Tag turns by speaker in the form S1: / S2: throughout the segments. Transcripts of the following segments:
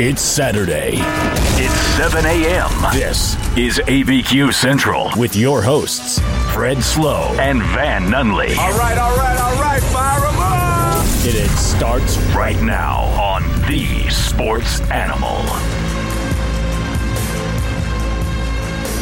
S1: It's Saturday
S2: It's 7 a.m.
S1: This
S2: is ABQ Central
S1: with your hosts, Fred Slow.
S2: and Van Nunley
S3: All right, all right, all right, fire 'em up!
S1: And it starts
S2: right now on The Sports Animal.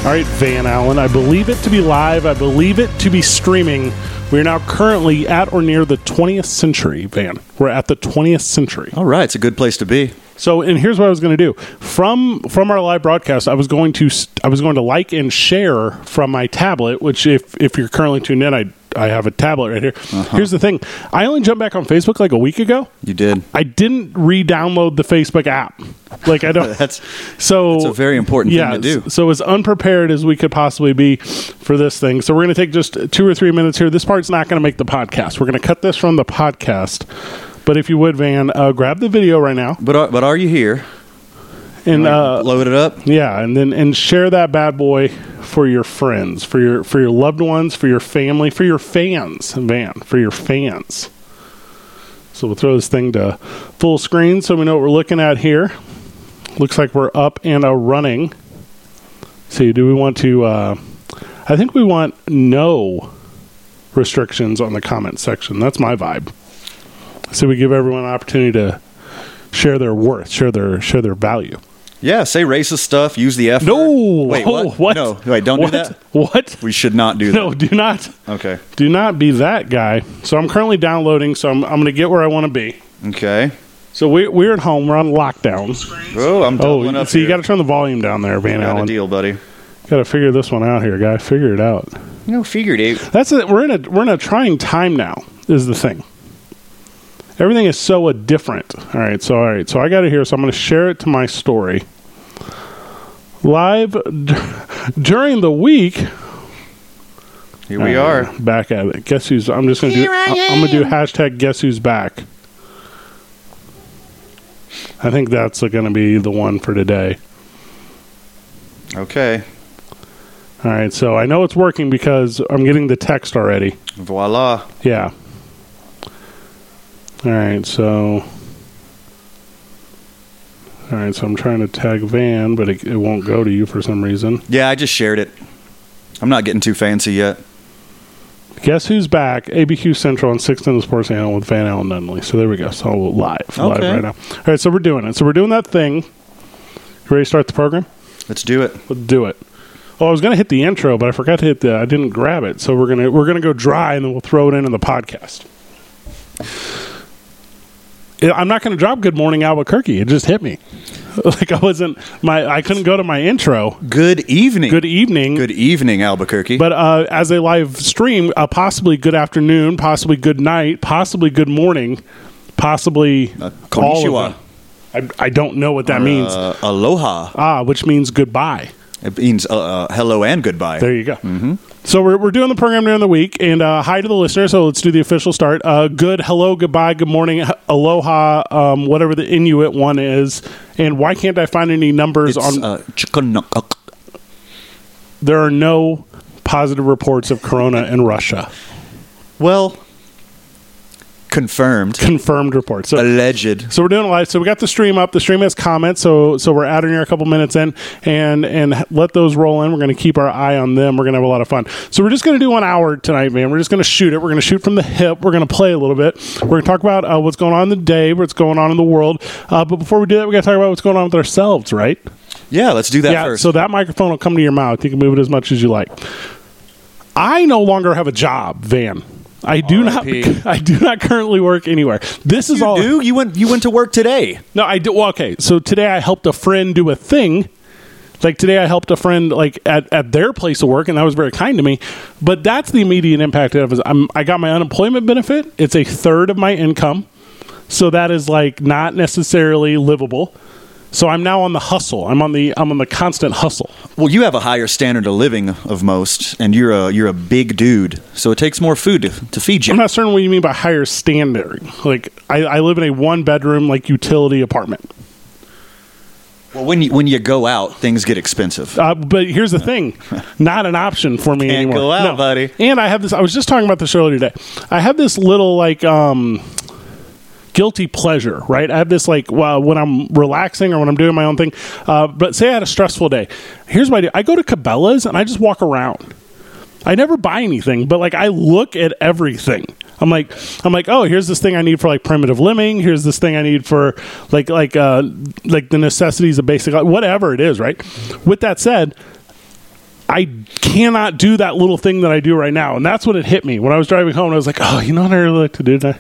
S4: All right, Van Allen, I believe it to be live. I believe it to be streaming. We are now currently at or near the 20th century, Van. We're at the 20th century.
S5: All right, it's a good place to be.
S4: So, and here's what I was going to do from from our live broadcast. I was going to s- I was going to like and share from my tablet, which if if you're currently tuned in, I I have a tablet right here. Here's the thing: I only jumped back on Facebook like a week ago.
S5: You did.
S4: I didn't re-download the Facebook app. Like I don't.
S5: That's
S4: So
S5: That's a very important thing to do.
S4: s- So as unprepared as we could possibly be for this thing. So we're going to take just two or three minutes here. This part's not going to make the podcast. We're going to cut this from the podcast. But if you would, Van, uh, grab the video right now
S5: but are, but are you here?
S4: and uh,
S5: Load it up.
S4: yeah, and then and share that bad boy for your friends, for your for your loved ones, for your family, for your fans, Van, for your fans. So we'll throw this thing to full screen so we know what we're looking at here. Looks like we're up and a running. See, do we want to? Uh, I think we want no restrictions on the comment section. That's my vibe. So we give everyone an opportunity to share their worth, share their share their value.
S5: Yeah, say racist stuff. Use the F.
S4: No.
S5: word. Wait,
S4: Oh,
S5: what? No, wait, don't do
S4: what?
S5: that.
S4: What?
S5: We should not do that.
S4: No, do not.
S5: Okay.
S4: Do not be that guy. So I'm currently downloading. So I'm, I'm going to get where I want to be.
S5: Okay.
S4: So we, we're at home. We're on lockdown.
S5: Oh, I'm doubling
S4: Oh,
S5: up.
S4: so you
S5: here.
S4: got to turn the volume down there, Van
S5: Got a
S4: Allen.
S5: deal, buddy.
S4: Got to figure this one out here, guy. Figure it out.
S5: You know, figured it.
S4: That's it. We're in a we're in a trying time now. Is the thing. Everything is so uh, different. All right. So all right. So I got it here. So I'm going to share it to my story. Live d- during the week,
S5: Here we are.
S4: Uh, back at it. Guess who's? I'm just gonna do. I am gonna do hashtag guess who's back. I think that's gonna be the one for today.
S5: Okay.
S4: All right, so I know it's working because I'm getting the text already.
S5: Voila.
S4: Yeah. All right, so. All right, so I'm trying to tag Van, but it, it won't go to you for some reason.
S5: Yeah, I just shared it. I'm not getting too fancy yet.
S4: Guess who's back? ABQ Central and Sixth and the Sports Channel with Van Allen Nunley. So there we go. So live, live
S5: Okay.
S4: right now. All right, so we're doing it. So we're doing that thing. You ready to start the program?
S5: Let's do it.
S4: Let's do it. Oh, I was gonna hit the intro, but I forgot to hit the. I didn't grab it, so we're gonna we're gonna go dry, and then we'll throw it into the podcast. Yeah, I'm not gonna drop "Good Morning Albuquerque." It just hit me, like I wasn't my I couldn't go to my intro.
S5: Good evening.
S4: Good evening.
S5: Good evening, Albuquerque.
S4: But uh, as a live stream, uh, possibly good afternoon, possibly good night, possibly good morning, possibly
S5: Uh,
S4: all
S5: konnichiwa.
S4: of it. I, I don't know what that means.
S5: Uh, aloha.
S4: Ah, which means goodbye.
S5: It means uh, uh, hello and goodbye.
S4: There you go. Mm-hmm. So we're, we're doing the program during the week, and uh, hi to the listener. So let's do the official start. Uh, good, hello, goodbye, good morning, h- aloha, um, whatever the Inuit one is. And why can't I find any numbers
S5: it's
S4: on?
S5: uh, chikunok-
S4: there are no positive reports of corona in Russia.
S5: Well, confirmed,
S4: Confirmed reports. So
S5: alleged.
S4: So we're doing a live. So we got the stream up. The stream has comments. So so we're out in here a couple minutes in, and and let those roll in. We're going to keep our eye on them. We're going to have a lot of fun. So we're just going to do one hour tonight, man. We're just going to shoot it. We're going to shoot from the hip. We're going to play a little bit. We're going to talk about uh, what's going on in the day, what's going on in the world. Uh, but before we do that, we got to talk about what's going on with ourselves, right?
S5: Yeah, let's do that
S4: yeah.
S5: first.
S4: So that microphone will come to your mouth. You can move it as much as you like. I no longer have a job, Van. I do
S5: R.I.P..
S4: not. I do not currently work anywhere. This is
S5: you
S4: all.
S5: do. You went. You went to work today.
S4: No, I did. Well, okay. So today I helped a friend do a thing. Like today I helped a friend like at, at their place of work, and that was very kind to me. But that's the immediate impact of is I'm, I got my unemployment benefit. It's a third of my income, so that is like not necessarily livable. So I'm now on the hustle. I'm on the I'm on the constant hustle.
S5: Well, you have a higher standard of living of most, and you're a you're a big dude, so it takes more food to, to feed you.
S4: I'm not certain what you mean by higher standard. Like I, I live in a one bedroom like utility apartment.
S5: well, when you when you go out, things get expensive.
S4: Uh, but here's the thing, not an option for me
S5: Can't
S4: anymore.
S5: go out,
S4: No.
S5: buddy.
S4: And I have this. I was just talking about this earlier today. I have this little like um, guilty pleasure, right? I have this like well, when I'm relaxing or when I'm doing my own thing. Uh, but say I had a stressful day. Here's what I do: I go to Cabela's and I just walk around. I never buy anything, but like I look at everything. I'm like, I'm like, oh, here's this thing I need for like primitive living. Here's this thing I need for like, like, uh, like the necessities of basic, whatever it is, right? With that said, I cannot do that little thing that I do right now, and that's when it hit me. When I was driving home, I was like, oh, you know what I really like to do today?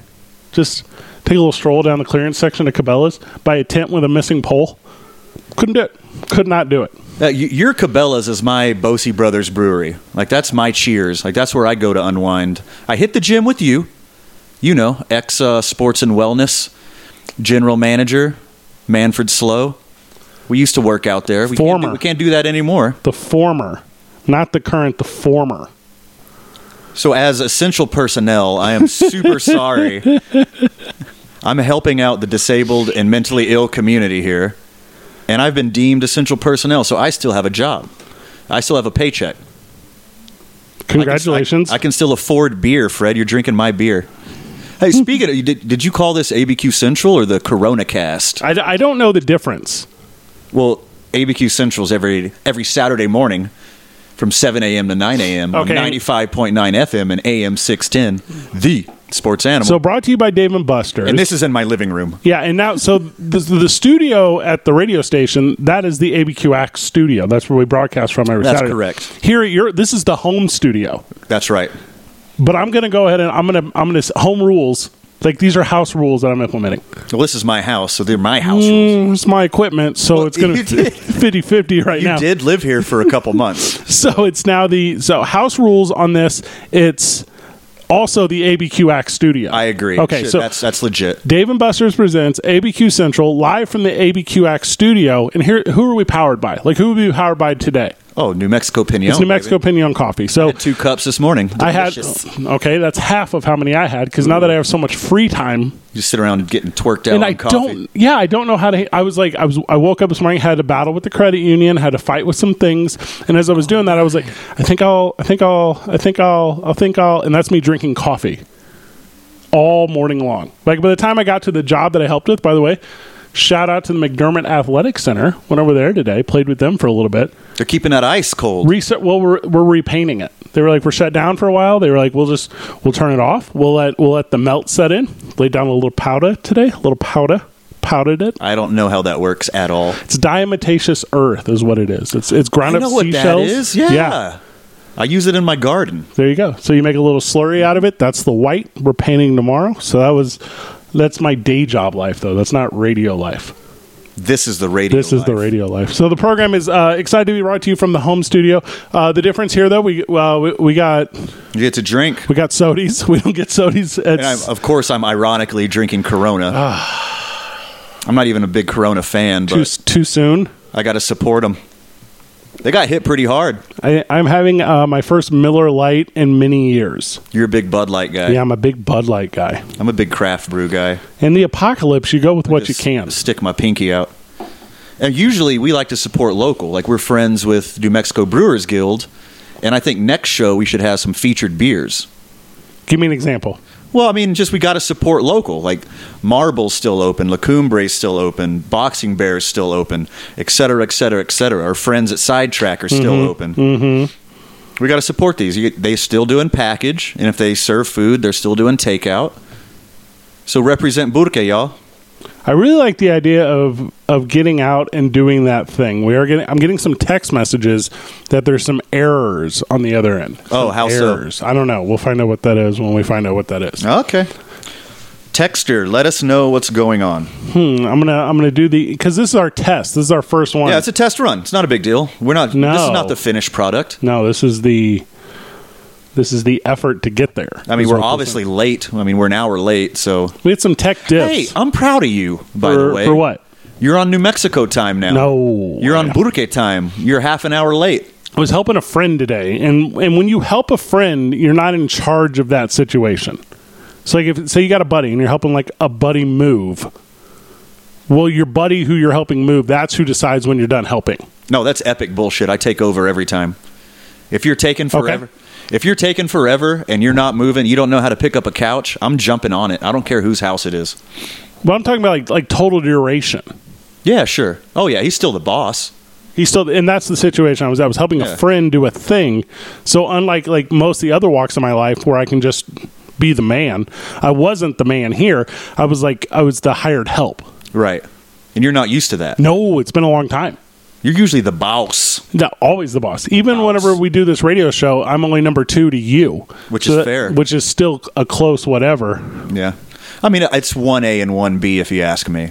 S4: Just take a little stroll down the clearance section of Cabela's, buy a tent with a missing pole. Couldn't do it. Could not do it.
S5: Uh, y- your Cabela's is my Bosey Brothers brewery. Like that's my Cheers. Like that's where I go to unwind. I hit the gym with you. You know, ex uh, sports and wellness general manager Manfred Slow. We used to work out there. We Can't
S4: Former.
S5: do, we can't do that anymore.
S4: The former, not the current. The former.
S5: So as essential personnel, I am super sorry. I'm helping out the disabled and mentally ill community here, and I've been deemed essential personnel, so I still have a job. I still have a paycheck. I can-
S4: Congratulations.
S5: I, I can still afford beer, Fred. You're drinking my beer. Hey,
S4: Hmm.
S5: speaking of, did, did you call this ABQ Central or the Corona Cast?
S4: I, d- I don't know the difference.
S5: Well, ABQ Central's every every Saturday morning from 7 a.m. to 9 a.m.
S4: Okay.
S5: on 95.9 FM and AM 610, the sports animal.
S4: So brought to you by Dave and Buster's.
S5: and this is in my living room.
S4: yeah, and now so the, the studio at the radio station that is the ABQ Axe studio. That's where we broadcast from every
S5: That's
S4: Saturday.
S5: correct.
S4: Here at your this is the home studio.
S5: That's right.
S4: But I'm going to go ahead and I'm going to I'm going to home rules. Like these are house rules that I'm implementing.
S5: Well, this is my house, so they're my house rules.
S4: Mm, It's my equipment, so
S5: Well,
S4: it's going
S5: you
S4: to
S5: did.
S4: 50-50 right
S5: You
S4: now.
S5: did live here for a couple months.
S4: So it's now the so house rules on this. It's also the ABQ Axe studio.
S5: I agree.
S4: Okay,
S5: Shit,
S4: so
S5: that's that's legit.
S4: Dave and Buster's presents ABQ Central live from the ABQ Axe studio. And here, who are we powered by? Like, who would be powered by today?
S5: Oh, New Mexico Pinon.
S4: It's New Mexico Pinion Coffee. So
S5: Two cups this morning.
S4: I had,
S5: Delicious.
S4: okay, that's half of how many I had because now that I have so much free time,
S5: You sit around getting twerked out
S4: and
S5: on
S4: I
S5: coffee.
S4: don't, yeah, I don't know how to. I was like, I was, I woke up this morning, had a battle with the credit union, had a fight with some things, and as I was doing that, I was like, I think I'll, I think I'll, I think I'll, I think I'll, and that's me drinking coffee all morning long. Like by the time I got to the job that I helped with, by the way, shout out to the McDermott Athletic Center. Went over there today, played with them for a little bit.
S5: They're keeping that ice cold.
S4: Reset. Well, we're we're repainting it. They were like, we're shut down for a while. They were like, we'll just we'll turn it off. We'll let we'll let the melt set in. Laid down a little powder today. A little powder. Powdered it.
S5: I don't know how that works at all.
S4: It's diatomaceous earth, is what it is. It's it's ground
S5: I know
S4: up
S5: what
S4: seashells.
S5: that is. Yeah. I use it in my garden.
S4: there you go. So you make a little slurry out of it. That's the white. We're painting tomorrow. So that was that's my day job life though. That's not radio life.
S5: This is the radio.
S4: This is the
S5: life.
S4: radio life. So the program is uh, excited to be brought to you from the home studio. Uh, the difference here though, we well we, we got
S5: You get to drink.
S4: we got sodies. We don't get sodies. At,
S5: And I'm, of course, I'm ironically drinking Corona. I'm not even a big Corona fan,
S4: Ah. too
S5: but
S4: too soon.
S5: I got to support them. They got hit pretty hard.
S4: I, I'm having uh, my first Miller Light in many years.
S5: You're a big Bud Light guy.
S4: Yeah, I'm a big Bud Light guy.
S5: I'm a big craft brew guy.
S4: In the apocalypse, you go with what you
S5: Just
S4: can.
S5: Stick my pinky out. And usually we like to support local. Like we're friends with New Mexico Brewers Guild, and I think next show we should have some featured beers.
S4: Give me an example.
S5: Well, I mean, just we got to support local. Like Marble's still open, Lacumbre's still open, Boxing Bear's still open, et cetera, et cetera, et cetera. Our friends at Sidetrack are still open. Mm-hmm. We got to support these. You, they still doing package, and if they serve food, they're still doing takeout. So represent Burke, y'all.
S4: I really like the idea of of getting out and doing that thing. We are getting. I'm getting some text messages that there's some errors on the other end.
S5: Oh,
S4: Some
S5: how so?
S4: errors? I don't know. We'll find out what that is when we find out what that is.
S5: Okay. Texter, let us know what's going on.
S4: Hmm, I'm gonna I'm gonna do the because this is our test. This is our first one.
S5: Yeah, it's a test run. It's not a big deal. We're not. This is
S4: No.
S5: not the finished product.
S4: no, this is the this is the effort to get there.
S5: I mean,
S4: Is
S5: we're
S4: what this
S5: obviously late. I mean, we're an hour late. So,
S4: is. we had some tech
S5: hey,
S4: diffs.
S5: I'm proud of you. By
S4: for,
S5: the way,
S4: for what?
S5: You're on New Mexico time now.
S4: No.
S5: You're on Burke time. You're half an hour late.
S4: I was helping a friend today, and and when you help a friend, you're not in charge of that situation. So like if say you got a buddy and you're helping like a buddy move, well your buddy who you're helping move, that's who decides when you're done helping.
S5: No, that's epic bullshit. I take over every time. If you're taking forever, if you're taking forever and you're not moving, you don't know how to pick up a couch, I'm jumping on it. I don't care whose house it is.
S4: But I'm talking about like like total duration.
S5: Yeah, sure. Oh yeah, he's still the boss.
S4: He's still, and that's the situation I was. I was helping
S5: Yeah.
S4: a friend do a thing. So unlike like most of the other walks of my life, where I can just be the man, I wasn't the man here. I was like I was the hired help.
S5: Right. And you're not used to that.
S4: No, it's been a long time.
S5: You're usually the boss.
S4: Not always the boss. Even
S5: Boss.
S4: whenever we do this radio show, I'm only number two to you,
S5: Which is fair.
S4: Which is still a close whatever.
S5: Yeah. I mean, it's 1A and 1B if you ask me.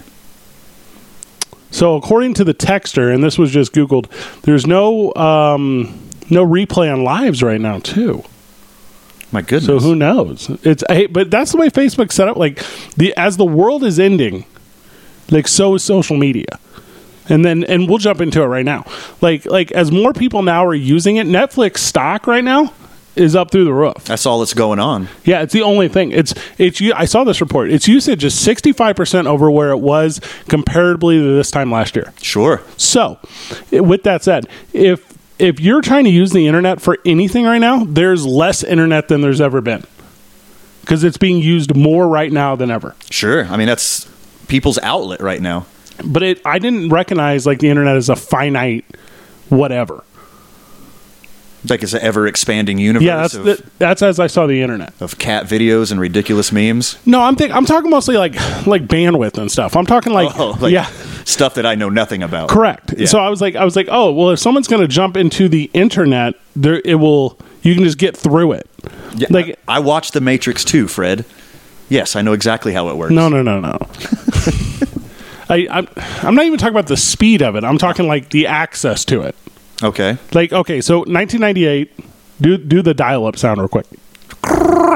S4: So according to the texter, and this was just Googled, there's no um, no replay on lives right now too.
S5: My goodness.
S4: So who knows? It's hey, but that's the way Facebook's set up. Like the as the world is ending, like so is social media. And then and we'll jump into it right now. Like like as more people now are using it, Netflix stock right now is up through the roof.
S5: That's all that's going on.
S4: Yeah, it's the only thing. It's it's u- I saw this report. Its usage is 65% over where it was comparably to this time last year.
S5: Sure.
S4: So, i- with that said, if if you're trying to use the internet for anything right now, there's less internet than there's ever been because it's being used more right now than ever.
S5: Sure. I mean, that's people's outlet right now.
S4: But it, I didn't recognize like the internet as a finite whatever.
S5: Like it's an ever expanding universe
S4: Yeah, that's
S5: of,
S4: the, that's as I saw the internet.
S5: of cat videos and ridiculous memes.
S4: No, I'm think, I'm talking mostly like like bandwidth and stuff. I'm talking like,
S5: Oh, like
S4: yeah.
S5: stuff that I know nothing about.
S4: Correct.
S5: Yeah.
S4: So I was like, I was like, oh well, if someone's going to jump into the internet, there it will. You can just get through it.
S5: Yeah,
S4: like-
S5: I watched The Matrix too, Fred. Yes, I know exactly how it works.
S4: No, no, no, no. I, I'm, I'm not even talking about the speed of it. I'm talking like the access to it.
S5: Okay.
S4: Like, okay, so 1998. Do do the dial-up sound real quick.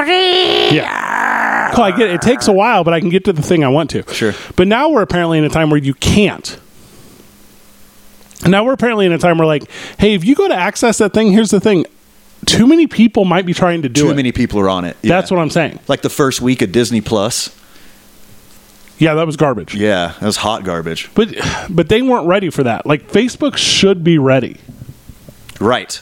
S4: Yeah. Cool, I get it. It takes a while, but I can get to the thing I want to.
S5: Sure.
S4: But now we're apparently in a time where you can't. Now we're apparently in a time where like, hey, if you go to access that thing, here's the thing: too many people might be trying to do
S5: Too
S4: it.
S5: many people are on it.
S4: That's what I'm saying.
S5: Like the first week of Disney Plus.
S4: Yeah, that was garbage.
S5: Yeah, that was hot garbage.
S4: But but they weren't ready for that. Like Facebook should be ready.
S5: Right.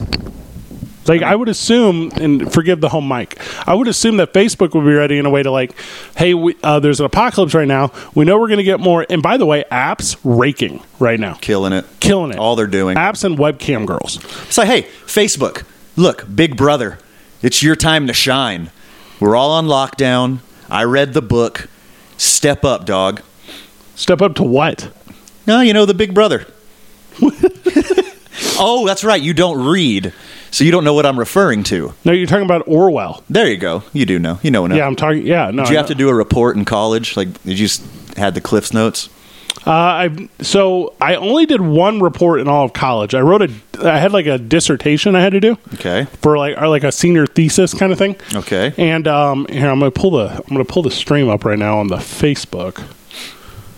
S4: Like I would assume, and forgive the home mic, I would assume that Facebook would be ready in a way to like, hey, we, uh, there's an apocalypse right now. We know we're going to get more. And by the way, apps raking right now,
S5: Killing it.
S4: killing it.
S5: All they're doing.
S4: apps and webcam girls.
S5: It's like, hey, Facebook, look, Big Brother, it's your time to shine. We're all on lockdown. I read the book. Step up, dog.
S4: Step up to what?
S5: No, you know the Big Brother. oh, that's right. You don't read, so you don't know what I'm referring to.
S4: No, you're talking about Orwell.
S5: There you go. You do know. You know enough.
S4: Yeah, I'm talking. Yeah, no.
S5: Did you have to do a report in college? Like, did you s- had the Cliff's notes?
S4: Uh, I so I only did one report in all of college. I wrote a. I had like a dissertation I had to do.
S5: Okay.
S4: for like or like a senior thesis kind of thing.
S5: Okay.
S4: And um, here I'm gonna pull the I'm gonna pull the stream up right now on the Facebook.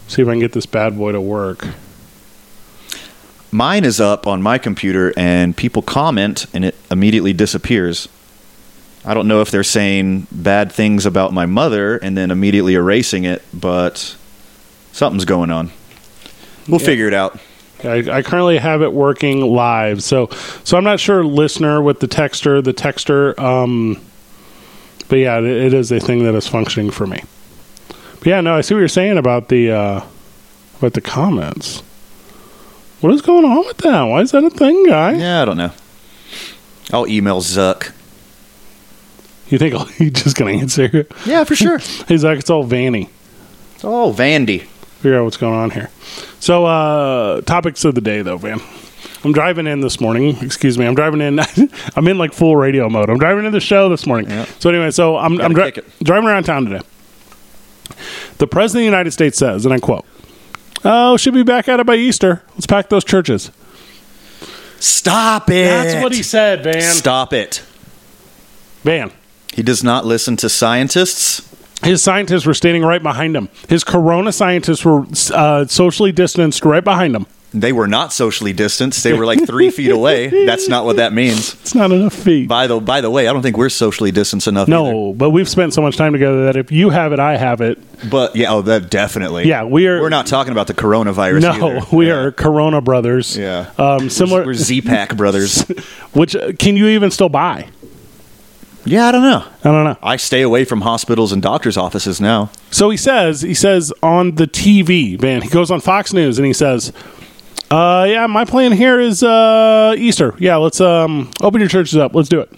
S4: See if I can get this bad boy to work.
S5: Mine is up on my computer, and people comment, and it immediately disappears. I don't know if they're saying bad things about my mother and then immediately erasing it, but something's going on. We'll figure it out.
S4: I, I currently have it working live, so so I'm not sure listener with the texter the texter. Um, but yeah, it, it is a thing that is functioning for me. But yeah, no, I see what you're saying about the uh, about the comments. What is going on with that? Why is that a thing, guy?
S5: Yeah, I don't know. I'll email Zuck.
S4: You think he's just gonna answer?
S5: Yeah, for sure.
S4: He's like, it's all Vanny.
S5: oh, Vandy.
S4: Figure out what's going on here. So, uh, topics of the day, though, Van. I'm driving in this morning. Excuse me. I'm driving in. I'm in like full radio mode. I'm driving to the show this morning.
S5: Yeah.
S4: So anyway, so I'm, I'm
S5: Gotta
S4: dri-
S5: kick it.
S4: driving around town today. The president of the United States says, and I quote, "Oh, should be back at it by Easter. Let's pack those churches."
S5: Stop it.
S4: That's what he said, Van.
S5: Stop it.
S4: Van.
S5: He does not listen to scientists.
S4: His scientists were standing right behind him. His corona scientists were uh, socially distanced right behind him.
S5: They were not socially distanced. They were like three feet away. That's not what that means.
S4: It's not enough feet.
S5: By the by the way, I don't think we're socially distanced enough.
S4: No, but we've spent so much time together that if you have it, I have it.
S5: either. but yeah, oh, that definitely.
S4: Yeah, we are-
S5: We're not talking about the coronavirus.
S4: no,
S5: either.
S4: we
S5: Yeah.
S4: are Corona brothers.
S5: Yeah.
S4: um, similar.
S5: We're Z Pack brothers.
S4: which uh, can you even still buy?
S5: Yeah, I don't know.
S4: I don't know.
S5: I stay away from hospitals and doctors' offices now.
S4: So he says, he says on the TV, man, he goes on Fox News and he says, uh, yeah, my plan here is uh, Easter. Yeah, let's um, open your churches up. Let's do it.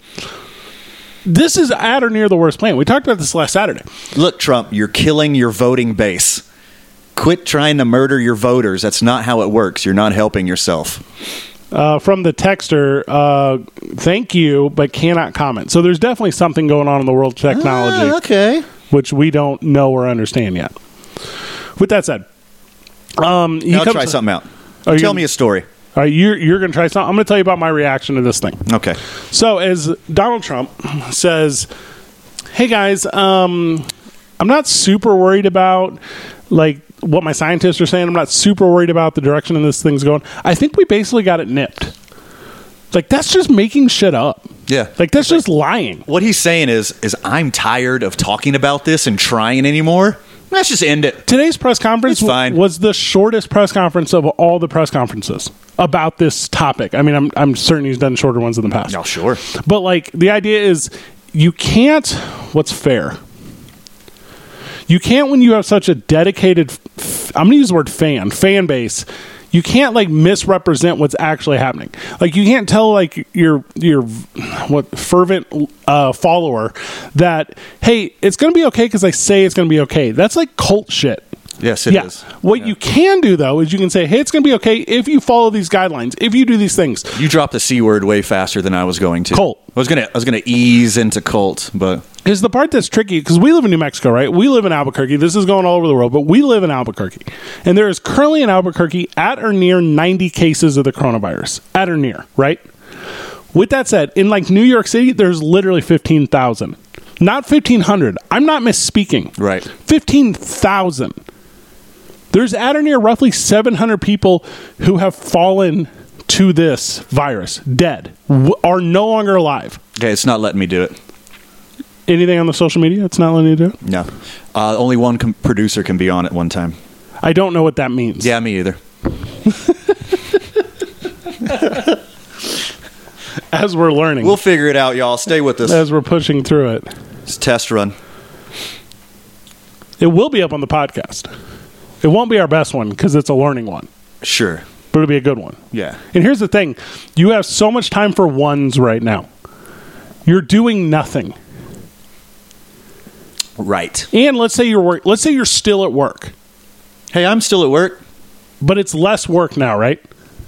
S4: This is at or near the worst plan. We talked about this last Saturday.
S5: Look, Trump, you're killing your voting base. Quit trying to murder your voters. That's not how it works. You're not helping yourself.
S4: Uh, from the texter, uh, thank you, but cannot comment. So there's definitely something going on in the world of technology.
S5: Ah, okay.
S4: which we don't know or understand yet. With that said, um, he
S5: Now I'll
S4: comes-
S5: try something out.
S4: Are
S5: Tell
S4: you gonna-
S5: me a story.
S4: All right, you're you're going to try something. I'm going to tell you about my reaction to this thing.
S5: Okay.
S4: So, as Donald Trump says, "Hey guys, um, I'm not super worried about like what my scientists are saying. I'm not super worried about the direction this thing's going. I think we basically got it nipped. Like that's just making shit up.
S5: Yeah.
S4: Like that's just lying.
S5: what he's saying is, is I'm tired of talking about this and trying anymore. Let's just end it.
S4: Today's press conference
S5: It's fine.
S4: was the shortest press conference of all the press conferences about this topic. I mean, I'm I'm certain he's done shorter ones in the past.
S5: No, sure.
S4: But like the idea is you can't what's fair. You can't when you have such a dedicated f- I'm going to use the word fan, fan base. You can't like misrepresent what's actually happening. Like you can't tell like your your what fervent uh, follower that hey, it's going to be okay cuz I say it's going to be okay. That's like cult shit.
S5: Yes, it is.
S4: yeah. What you can do though is you can say, "Hey, it's going to be okay if you follow these guidelines, if you do these things."
S5: You dropped the c word way faster than I was going to.
S4: Cult.
S5: I was gonna. I was gonna ease into cult, but
S4: is the part that's tricky because we live in New Mexico, right? We live in Albuquerque. This is going all over the world, but we live in Albuquerque. And there is currently in Albuquerque at or near 90 cases of the coronavirus, at or near, right? With that said, in like New York City, there's literally 15,000. Not 1,500. I'm not misspeaking.
S5: Right.
S4: 15,000. There's at or near roughly 700 people who have fallen to this virus, dead, w- are no longer alive.
S5: okay, it's not letting me do it.
S4: Anything on the social media? It's not letting you do it?
S5: No, uh, only one com- producer can be on at one time. Mm-hmm.
S4: I don't know what that means.
S5: Yeah, me either.
S4: As we're learning,
S5: We'll figure it out, y'all. Stay with us.
S4: as we're pushing through it,
S5: It's a test run.
S4: it will be up on the podcast. It won't be our best one because it's a learning one,
S5: Sure.
S4: but it'll be a good one.
S5: Yeah.
S4: And here's the thing you have so much time for ones right now. You're doing nothing.
S5: Right.
S4: And let's say you're work, let's say you're still at work,
S5: Hey, I'm still at work.
S4: but it's less work now, right?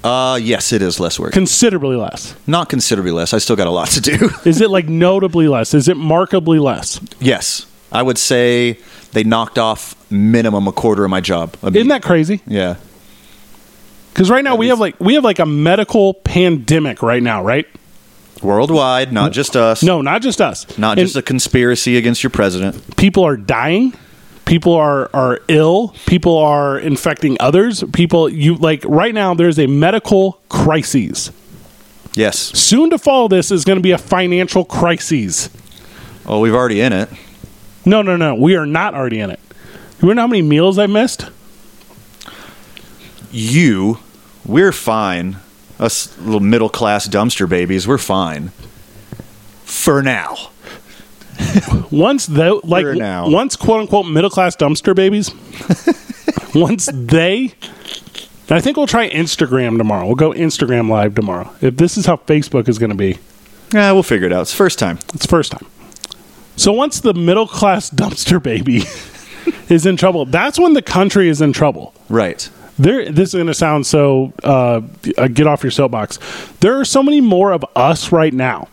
S5: Uh, yes, it is less work.
S4: Considerably less.
S5: Not considerably less. I still got a lot to do.
S4: Is it like notably less? Is it markably less?
S5: yes, I would say they knocked off minimum a quarter of my job. I mean,
S4: Isn't that crazy?
S5: Yeah.
S4: Because right now we have like we have like a medical pandemic right now, right?
S5: Worldwide, not just us.
S4: No, not just us.
S5: Not
S4: And-
S5: just a conspiracy against your president.
S4: people are dying people are are ill people are infecting others people you like right now there's a medical crisis
S5: Yes.
S4: soon to follow this is going to be a financial crisis
S5: Oh, we've already in it.
S4: no no no we are not already in it you know how many meals i missed
S5: You, we're fine. Us little middle class dumpster babies, we're fine. For now.
S4: once the like
S5: Sure now.
S4: once quote unquote middle class dumpster babies once they and i think we'll try instagram tomorrow we'll go instagram live tomorrow if this is how facebook is going to be
S5: Yeah, we'll figure it out. It's the first time.
S4: It's the first time. So once the middle class dumpster baby is in trouble, that's when the country is in trouble.
S5: Right.
S4: There, this is going to sound so uh, uh, get off your soapbox. There are so many more of us right now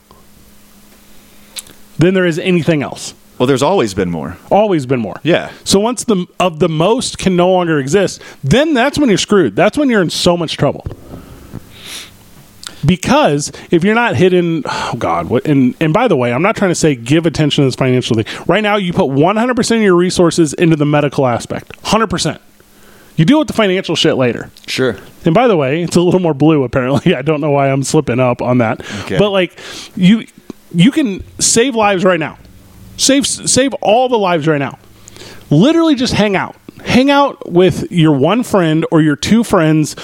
S4: than there is anything else.
S5: Well, there's always been more.
S4: Always been more.
S5: Yeah.
S4: So once the of the most can no longer exist, then that's when you're screwed. That's when you're in so much trouble. Because if you're not hidden, oh God, what, and and by the way, I'm not trying to say give attention to this financial thing. Right now, you put 100 percent of your resources into the medical aspect, 100 percent. You deal with the financial shit later.
S5: Sure.
S4: And by the way, it's a little more blue apparently. I don't know why I'm slipping up on that.
S5: Okay.
S4: But like you you can save lives right now. Save save all the lives right now. Literally just hang out. Hang out with your one friend or your two friends.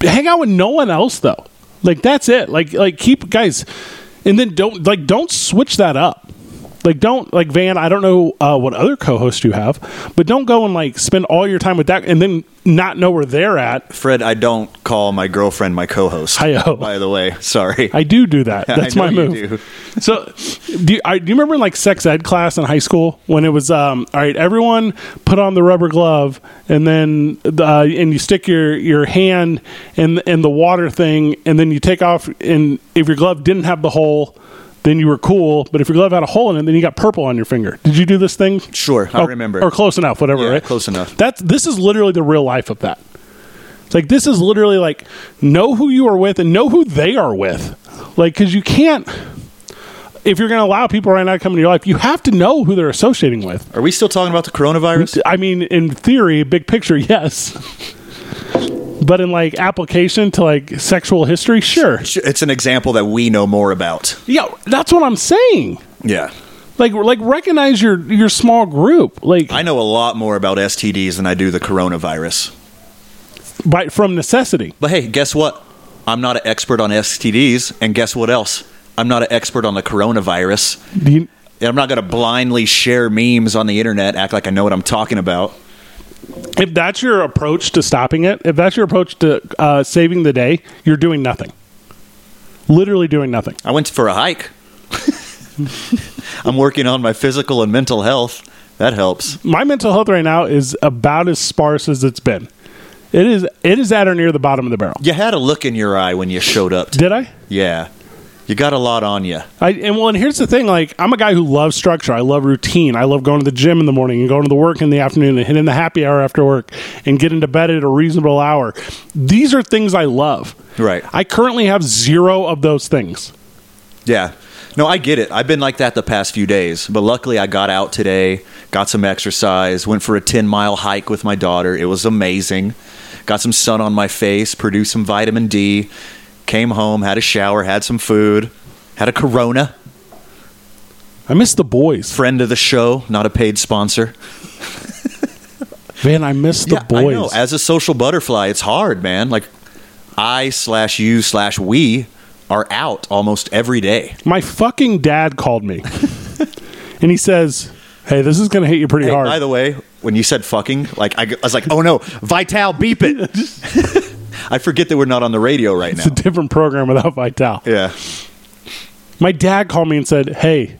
S4: Hang out with no one else though. Like that's it. Like like keep guys and then don't like don't switch that up. Like, don't like Van. I don't know uh, what other co-host you have, but don't go and like spend all your time with that and then not know where they're at.
S5: Fred, I don't call my girlfriend my co-host.
S4: Hi-yo.
S5: By the way, sorry.
S4: I do do that. That's
S5: know
S4: my
S5: you
S4: move. So, do you, I, do you remember in like sex ed class in high school when it was um, all right? Everyone put on the rubber glove, and then uh, and you stick your your hand in in the water thing, and then you take off. And if your glove didn't have the hole, then you were cool. But if your glove had a hole in it, then you got purple on your finger. Did you do this thing?
S5: Sure, I
S4: Oh,
S5: remember.
S4: or close enough, whatever.
S5: Yeah,
S4: right?
S5: close enough.
S4: That's this is literally the real life of that. It's like this is literally like know who you are with and know who they are with. Like cuz you can't if you're going to allow people right now to come into your life, you have to know who they're associating with.
S5: Are we still talking about the coronavirus?
S4: I mean, in theory, big picture, yes. But in like application to like sexual history, sure.
S5: It's an example that we know more about.
S4: Yeah, that's what I'm saying.
S5: Yeah.
S4: Like like recognize your your small group. Like
S5: I know a lot more about STDs than I do the coronavirus.
S4: by, from necessity.
S5: But hey, guess what? I'm not an expert on STDs, and guess what else? I'm not an expert on the coronavirus.
S4: Do you,
S5: And I'm not going to blindly share memes on the internet, act like I know what I'm talking about.
S4: if that's your approach to stopping it, if that's your approach to uh, saving the day, you're doing nothing. Literally doing nothing.
S5: I went for a hike. I'm working on my physical and mental health. That helps.
S4: My mental health right now is about as sparse as it's been. It is. It is at or near the bottom of the barrel.
S5: You had a look in your eye when you showed up.
S4: Did I?
S5: yeah. You got a lot on you.
S4: I and well, and here's the thing. Like, I'm a guy who loves structure. I love routine. I love going to the gym in the morning and going to the work in the afternoon and hitting the happy hour after work and getting to bed at a reasonable hour. These are things I love.
S5: Right.
S4: I currently have zero of those things.
S5: Yeah. No, I get it. I've been like that the past few days, but luckily I got out today, got some exercise, went for a 10 mile hike with my daughter. It was amazing. Got some sun on my face, produced some vitamin D, came home, had a shower, had some food, had a Corona,
S4: I miss the boys,
S5: friend of the show, not a paid sponsor.
S4: man. I miss the
S5: I
S4: boys.
S5: know. As a social butterfly, it's hard, man. Like, I slash you slash we are out almost every day.
S4: My fucking dad called me, and he says, "Hey, this is going to hit you pretty
S5: Hey,
S4: hard."
S5: by the way, when you said fucking, like I, I was like, oh no, Vital, beep it. I forget that we're not on the radio right now.
S4: it's a different program without Vital.
S5: Yeah,
S4: My dad called me and said, "Hey,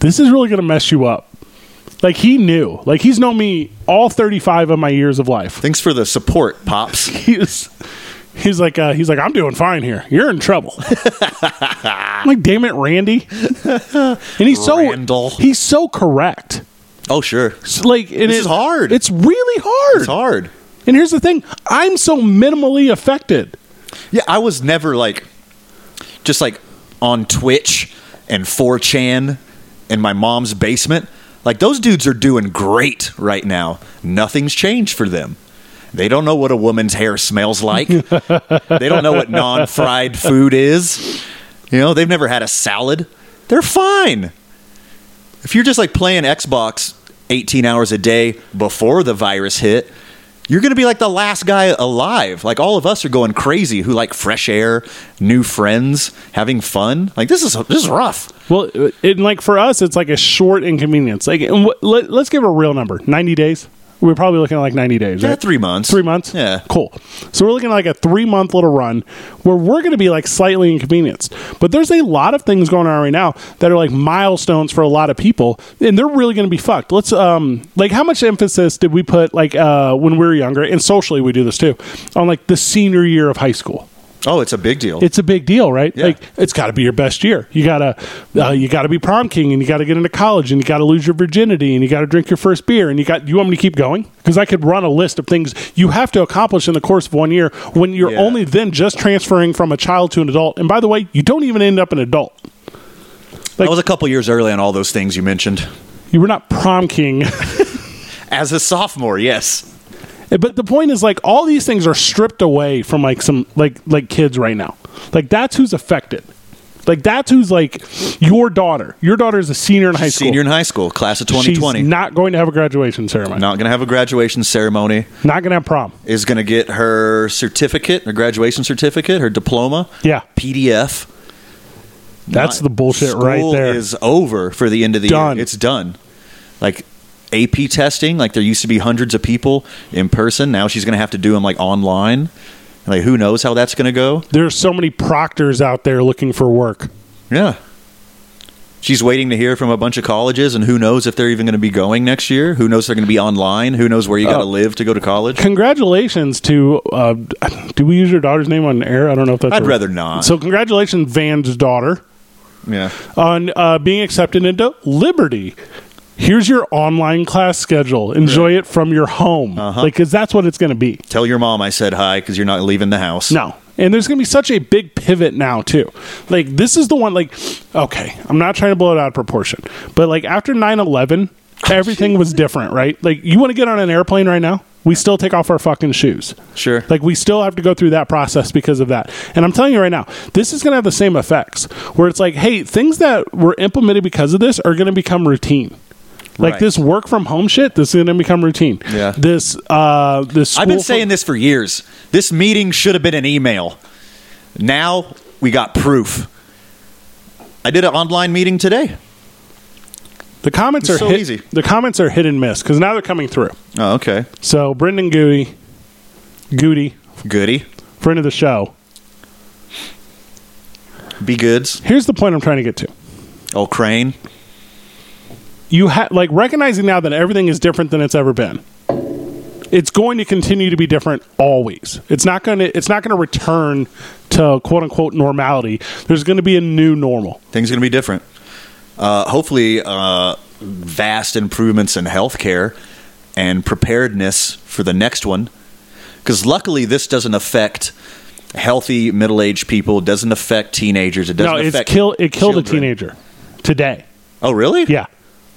S4: this is really going to mess you up." Like he knew. Like he's known me all 35 of my years of life.
S5: thanks for the support, pops.
S4: He's he's like uh, he's like I'm doing fine here. You're in trouble. I'm like, "Damn it, Randy." And he's
S5: Randall.
S4: so he's so correct.
S5: Oh sure,
S4: It's like and
S5: This is
S4: it-
S5: hard.
S4: It's really hard.
S5: it's hard.
S4: And here's the thing I'm so minimally affected.
S5: Yeah, I was never like, just like on Twitch and 4chan and my mom's basement. Like those dudes are doing great right now. Nothing's changed for them. They don't know what a woman's hair smells like. they don't know what non-fried food is. You know, they've never had a salad. They're fine. If you're just like playing Xbox 18 hours a day before the virus hit, you're going to be like the last guy alive. Like all of us are going crazy who like fresh air, new friends, having fun. Like this is this is rough.
S4: Well, it, like for us, it's like a short inconvenience. Like, and wh- let, let's give a real number 90 days. We're probably looking at like 90 days,
S5: Yeah,
S4: right?
S5: three months.
S4: Three months?
S5: Yeah.
S4: Cool. So we're looking at like a three month little run where we're going to be like slightly inconvenienced. But there's a lot of things going on right now that are like milestones for a lot of people, and they're really going to be fucked. Let's, um, like, how much emphasis did we put, like, uh, when we were younger, and socially we do this too, on like the senior year of high school?
S5: Oh, it's a big deal.
S4: it's a big deal, right?
S5: Yeah.
S4: Like it's got to be your best year. You gotta uh, you gotta be prom king, and you gotta get into college, and you gotta lose your virginity, and you gotta drink your first beer, and you got. You want me to keep going? Because I could run a list of things you have to accomplish in the course of one year when you're
S5: Yeah.
S4: only then just transferring from a child to an adult. And by the way, you don't even end up an adult.
S5: I was a couple years early on all those things you mentioned.
S4: You were not prom king.
S5: As a sophomore, yes.
S4: But the point is, like, all these things are stripped away from like some like like kids right now. Like that's who's affected. Like that's who's like your daughter. Your daughter is a senior in high school.
S5: Senior in high school, class of 2020.
S4: She's not going to have a graduation ceremony.
S5: not going to have a graduation ceremony.
S4: Not going to have prom.
S5: is going to get her certificate, her graduation certificate, her diploma,
S4: Yeah.
S5: PDF.
S4: That's
S5: not-
S4: the bullshit
S5: school
S4: right there.
S5: Is over for the end of the
S4: Done.
S5: year. It's done. Like AP testing, like there used to be hundreds of people in person. Now she's going to have to do them like online. Like who knows how that's going to go?
S4: There's so many proctors out there looking for work.
S5: Yeah. She's waiting to hear from a bunch of colleges, and who knows if they're even going to be going next year? Who knows if they're going to be online? Who knows where you got
S4: Oh.
S5: to live to go to college?
S4: Congratulations to uh, do we use your daughter's name on air? I don't know if that's
S5: I'd
S4: a-
S5: rather not.
S4: So congratulations, Van's daughter.
S5: yeah.
S4: on uh, being accepted into Liberty. Here's your online class schedule. Enjoy it from your home, Like 'cause
S5: Uh-huh.
S4: because that's what it's going to be.
S5: Tell your mom I said hi because you're not leaving the house.
S4: No, and there's going to be such a big pivot now too. Like this is the one. Like, okay, I'm not trying to blow it out of proportion, but like after 9/11, everything was different, right? Like, you want to get on an airplane right now? We still take off our fucking shoes.
S5: Sure.
S4: Like we still have to go through that process because of that. And I'm telling you right now, this is going to have the same effects where it's like, hey, things that were implemented because of this are going to become routine. Like
S5: Right.
S4: this work from home shit, this is going to become routine.
S5: Yeah.
S4: This uh this
S5: I've been
S4: school-
S5: saying this for years. This meeting should have been an email. Now we got proof. I did an online meeting today.
S4: the comments
S5: It's
S4: are
S5: so
S4: hit,
S5: easy.
S4: the comments are hit and miss cuz now they're coming through.
S5: Oh, okay.
S4: So Brendan Goody Goody,
S5: Goody.
S4: friend of the show.
S5: Be goods.
S4: Here's the point I'm trying to get to.
S5: Oh, Crane.
S4: you have like recognizing now that everything is different than it's ever been it's going to continue to be different always it's not going to it's not going to return to quote unquote normality there's going to be a new normal
S5: Things are going to be different. Uh, hopefully, uh, vast improvements in healthcare and preparedness for the next one. Because luckily, this doesn't affect healthy middle-aged people. Doesn't affect teenagers. It doesn't
S4: no it's
S5: affect
S4: kill it killed a
S5: children.
S4: teenager today
S5: Oh, really?
S4: yeah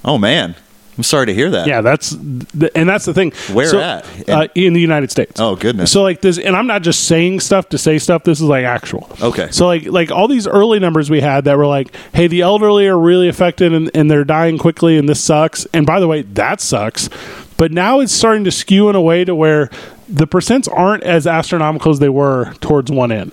S5: Oh man, I'm sorry to hear that.
S4: yeah that's th- and that's the thing
S5: Where
S4: So,
S5: at?
S4: uh, in the united states
S5: Oh goodness.
S4: So like this, and I'm not just saying stuff to say stuff. This is like actual.
S5: Okay.
S4: So like like all these early numbers we had that were like, hey, the elderly are really affected and, and they're dying quickly, and this sucks. And by the way, that sucks. But now it's starting to skew in a way to where the percents aren't as astronomical as they were towards one end.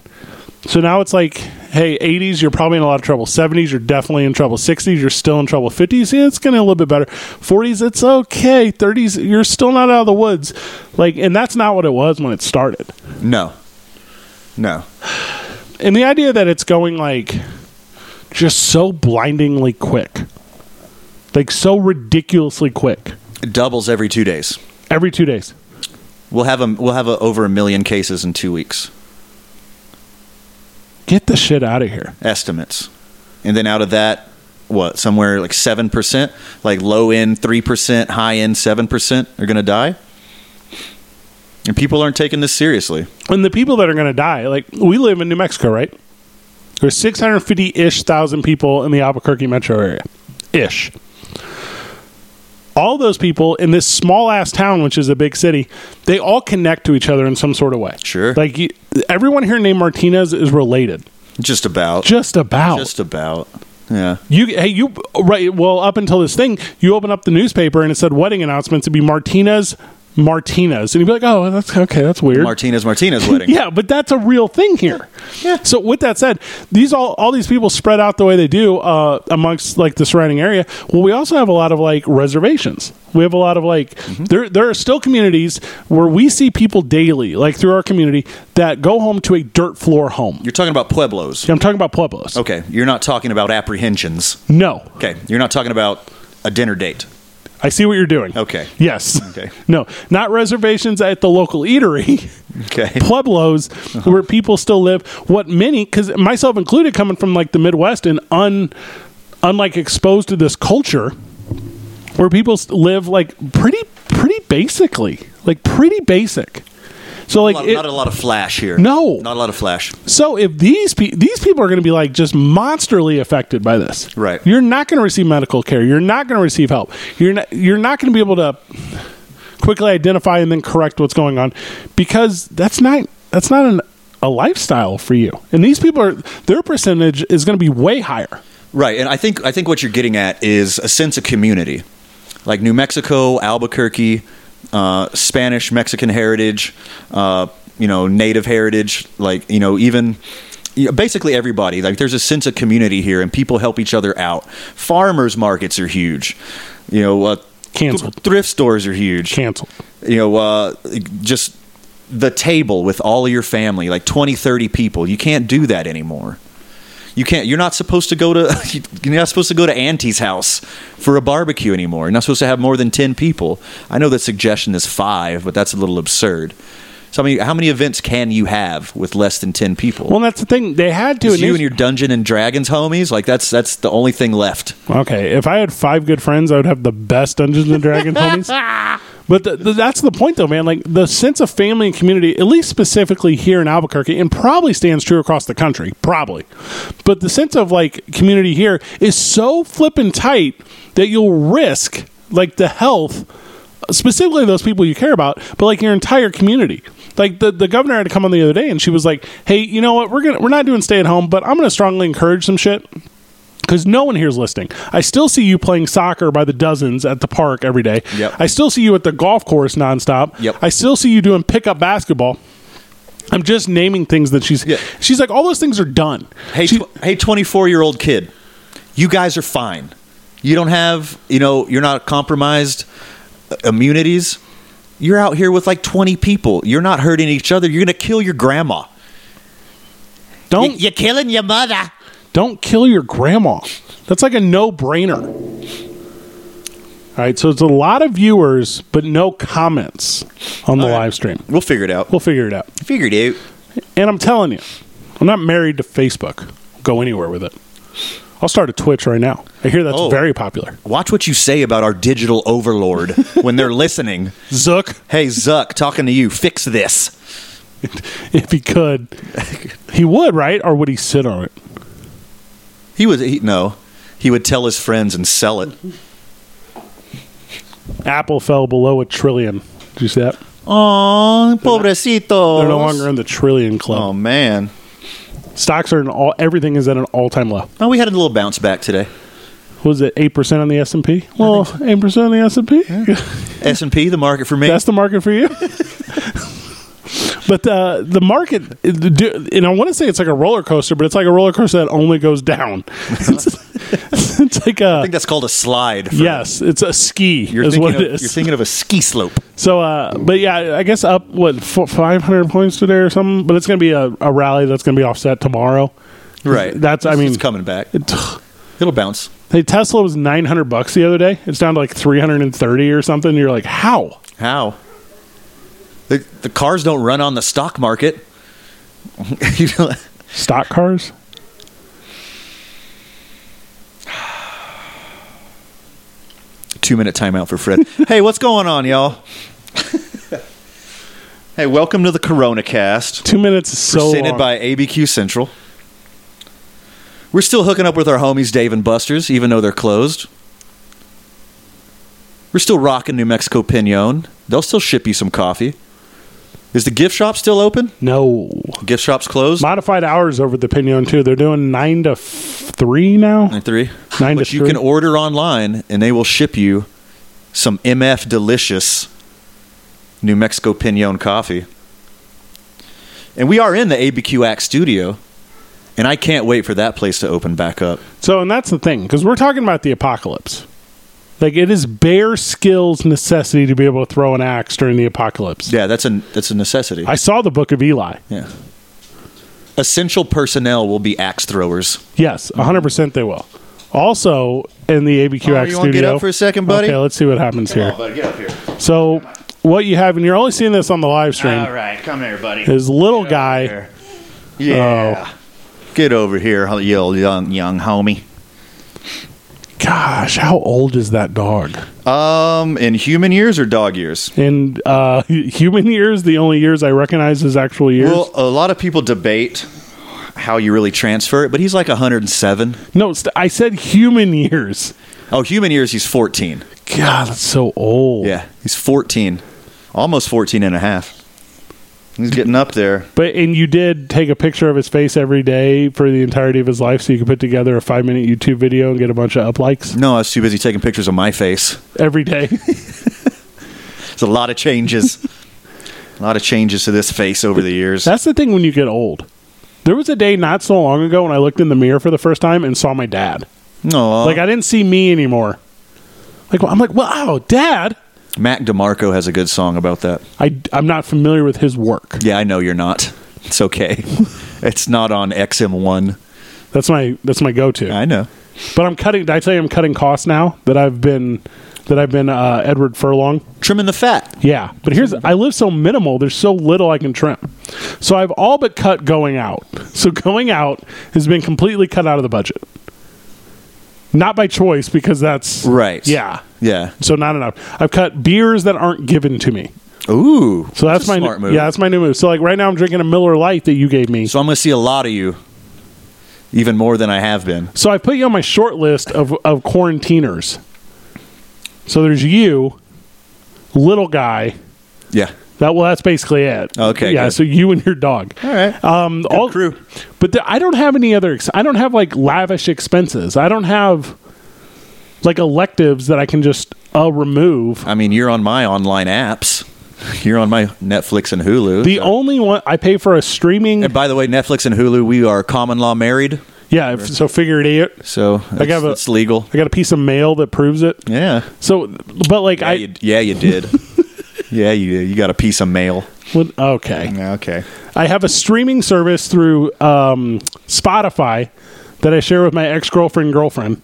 S4: So now it's like, hey, 80s, you're probably in a lot of trouble. 70s, you're definitely in trouble. 60s, you're still in trouble. 50s, yeah, it's getting a little bit better. 40s, it's okay. 30s, you're still not out of the woods. Like, and that's not what it was when it started.
S5: no, no.
S4: And the idea that it's going like just so blindingly quick, like so ridiculously quick
S5: It doubles every two days.
S4: every two days.
S5: We'll have a, we'll have a, over a million cases in two weeks.
S4: Get the shit out of here.
S5: estimates. And then out of that, what, somewhere like 7%, like low end 3%, high end 7% are going to die? And people aren't taking this seriously.
S4: And the people that are going to die, like, we live in New Mexico, right? There's 650 ish thousand people in the Albuquerque metro area. Ish. All those people in this small ass town, which is a big city, they all connect to each other in some sort of way.
S5: Sure.
S4: Like, you, everyone here named Martinez is related.
S5: Just about.
S4: Just about.
S5: Just about. Yeah.
S4: You hey you right well up until this thing you open up the newspaper and it said wedding announcements it'd be Martinez Martinez and you'd be like oh that's okay that's weird
S5: Martinez Martinez wedding.
S4: yeah but that's a real thing here so with that said these all all these people spread out the way they do uh, amongst like the surrounding area well we also have a lot of like reservations we have a lot of like there there are still communities where we see people daily like through our community that go home to a dirt floor home
S5: You're talking about Pueblos.
S4: I'm talking about pueblos
S5: Okay. You're not talking about apprehensions.
S4: no
S5: Okay. You're not talking about a dinner date.
S4: I see what you're doing
S5: Okay.
S4: Yes.
S5: Okay.
S4: No, not reservations at the local eatery,
S5: Okay.
S4: pueblos,
S5: Uh-huh.
S4: where people still live. What many, because myself included, coming from like the Midwest and un, unlike exposed to this culture, where people s- live like pretty, pretty basically, like pretty basic. So like,
S5: Not-
S4: it-
S5: not a lot of flash here.
S4: No.
S5: Not a lot of flash.
S4: so if these pe- these people are going to be like just monsterly affected by this,
S5: Right.
S4: You're not going to receive medical care. You're not going to receive help. You're not you're not going to be able to quickly identify and then correct what's going on because that's not that's not an, a lifestyle for you. And these people are their percentage is going to be way higher.
S5: Right, and I think I think what you're getting at is a sense of community, like New Mexico, Albuquerque, uh, Spanish Mexican heritage, uh, you know, Native heritage, like you know, even you know, basically everybody. Like there's a sense of community here, and people help each other out. Farmers markets are huge. You know, uh,
S4: Canceled.
S5: thrift stores are huge
S4: Canceled.
S5: you know uh, just the table with all of your family like 20 30 people you can't do that anymore you can't you're not supposed to go to you're not supposed to go to auntie's house for a barbecue anymore you're not supposed to have more than 10 people i know the suggestion is five but that's a little absurd so i mean how many events can you have with less than 10 people
S4: Well, that's the thing. They had to.
S5: It's you
S4: initially-
S5: and your dungeon and dragons homies like that's that's the only thing left
S4: Okay, if I had five good friends, I would have the best Dungeons and Dragons homies. But the, the, that's the point, though, man. Like the sense of family and community, at least specifically here in Albuquerque, and probably stands true across the country, probably. But the sense of like community here is so flippin' tight that you'll risk like the health, specifically those people you care about, but like your entire community. Like the, the governor had to come on the other day, and she was like, "Hey, you know what? We're gonna we're not doing stay at home, but I'm gonna strongly encourage some shit." because no one here is listening. I still see you playing soccer by the dozens at the park every day.
S5: Yep.
S4: I still see you at the golf course nonstop.
S5: Yep.
S4: I still see you doing pickup basketball. I'm just naming things that she's.
S5: Yeah.
S4: She's like, all those things are done.
S5: hey,
S4: She-
S5: tw- hey, 24 year old kid, you guys are fine. You don't have, you know, you're not compromised uh, immunities. You're out here with like 20 people. You're not hurting each other. You're going to kill your grandma.
S4: don't
S5: You're killing your mother.
S4: don't kill your grandma. That's like a no brainer. All right, so it's a lot of viewers, but no comments on the
S5: All right.
S4: live stream.
S5: We'll figure it out.
S4: We'll figure it out.
S5: figure it out.
S4: And I'm telling you, I'm not married to Facebook. Go anywhere with it. I'll start a Twitch right now. I hear that's
S5: Oh.
S4: very popular.
S5: Watch what you say about our digital overlord when they're listening.
S4: Zook,
S5: Hey, Zuck, talking to you. Fix this.
S4: if he could, he would, right? Or would he sit on it?
S5: He was, he, no, he would tell his friends and sell it.
S4: Apple fell below a trillion. Did you see that?
S5: Oh, pobrecito.
S4: They're no longer in the trillion
S5: Oh,
S4: club.
S5: man.
S4: Stocks are in all. Everything is at an all-time low.
S5: Oh, we had a little bounce back today.
S4: What was it eight percent on the S and P? Well, eight percent on the S and P.
S5: S and P, the market for me.
S4: That's the market for you. but uh, the market, and I want to say it's like a roller coaster, but it's like a roller coaster that only goes down. it's, it's like
S5: I
S4: a
S5: think that's called a slide. For,
S4: yes, it's a ski
S5: you're
S4: is
S5: thinking
S4: what
S5: of,
S4: it is.
S5: You're thinking of a ski slope.
S4: so, uh, but yeah, I guess up what five hundred points today or something. But it's going to be a, a rally that's going to be offset tomorrow. That's. I
S5: It's-
S4: mean,
S5: it's coming back.
S4: it-
S5: It'll bounce.
S4: hey, Tesla was nine hundred bucks the other day. It's down to like three hundred and thirty or something. You're like, how?
S5: How? The, the cars don't run on the stock market. You know,
S4: Stock cars?
S5: Two minute timeout for Fred. hey, what's going on, y'all? hey, welcome to the Corona Cast,
S4: Two minutes is so
S5: presented
S4: long.
S5: by ABQ Central. We're still hooking up with our homies Dave and Buster's, even though they're closed. We're still rocking New Mexico Pinon. They'll still ship you some coffee. Is the gift shop still open?
S4: no.
S5: Gift shop's closed.
S4: modified hours over at the Pinion too. They're doing nine to f- three now.
S5: Nine three.
S4: Nine
S5: but
S4: to
S5: you
S4: three.
S5: can order online, and they will ship you some MF Delicious New Mexico Pinon coffee. And we are in the ABQ Act studio, and I can't wait for that place to open back up.
S4: So, and that's the thing because we're talking about the apocalypse. Like it is bare skills necessity to be able to throw an axe during the apocalypse.
S5: Yeah, that's a that's a necessity.
S4: I saw the Book of Eli.
S5: yeah. Essential personnel will be axe throwers.
S4: Yes, hundred percent they will. Also in the ABQ
S5: Oh,
S4: axe
S5: you
S4: studio.
S5: wanna get up for a second, buddy?
S4: Okay, let's see what happens here. So, what you have, and you're only seeing this on the live stream,
S6: All right, come here, buddy.
S4: is little guy.
S6: here.
S5: Yeah.
S4: Oh.
S5: Get over here, you old young young homie.
S4: Gosh, how old is that dog?
S5: Um, in human years or dog years?
S4: In uh, human years, the only years I recognize is actual years.
S5: Well, a lot of people debate how you really transfer it, but he's like 107.
S4: No, st- I said human years.
S5: Oh, human years, he's 14.
S4: God, that's so old.
S5: Yeah, he's 14. Almost 14 and a half. He's getting up there.
S4: But and you did take a picture of his face every day for the entirety of his life, so you could put together a five minute YouTube video and get a bunch of up likes
S5: No, I was too busy taking pictures of my face.
S4: every day.
S5: There's a lot of changes. a lot of changes to this face over the years.
S4: that's the thing when you get old. There was a day not so long ago when I looked in the mirror for the first time and saw my dad.
S5: No,
S4: Like I didn't see me anymore. Like I'm like, wow, dad.
S5: Mac DeMarco has a good song about that.
S4: I I'm not familiar with his work.
S5: Yeah, I know you're not. It's okay. it's not on XM1.
S4: That's my that's my go to.
S5: I know.
S4: But I'm cutting. Did I tell you I'm cutting costs now that I've been that I've been uh, Edward Furlong?
S5: Trimming the fat.
S4: Yeah, but here's I live so minimal. There's so little I can trim, so I've all but cut going out. So going out has been completely cut out of the budget, not by choice because that's
S5: Right.
S4: Yeah,
S5: Yeah.
S4: so not enough. I've cut beers that aren't given to me.
S5: Ooh.
S4: So that's,
S5: a
S4: my
S5: smart move.
S4: yeah, that's my new move. So like right now I'm drinking a Miller Lite that you gave me.
S5: so I'm going to see a lot of you, even more than I have been.
S4: So I put you on my short list of, of quarantiners. So there's you, little guy.
S5: Yeah.
S4: That well, that's basically it.
S5: Okay,
S4: Yeah.
S5: good.
S4: So you and your dog.
S5: All right.
S4: Um, all
S5: crew.
S4: But the, I don't have any other. Ex- I don't have like lavish expenses. I don't have like electives that I can just uh, remove.
S5: I mean, you're on my online apps. You're on my Netflix and Hulu.
S4: The only one I pay for a streaming.
S5: and by the way, Netflix and Hulu, we are common law married,
S4: Yeah. if- So figure it out.
S5: so it's,
S4: have a-
S5: it's legal.
S4: I got a piece of mail that proves it.
S5: Yeah.
S4: So, but like
S5: Yeah,
S4: I
S5: you, yeah, you did. yeah, you you got a piece of mail.
S4: would, okay.
S5: Okay.
S4: I have a streaming service through um, Spotify that I share with my ex girlfriend girlfriend,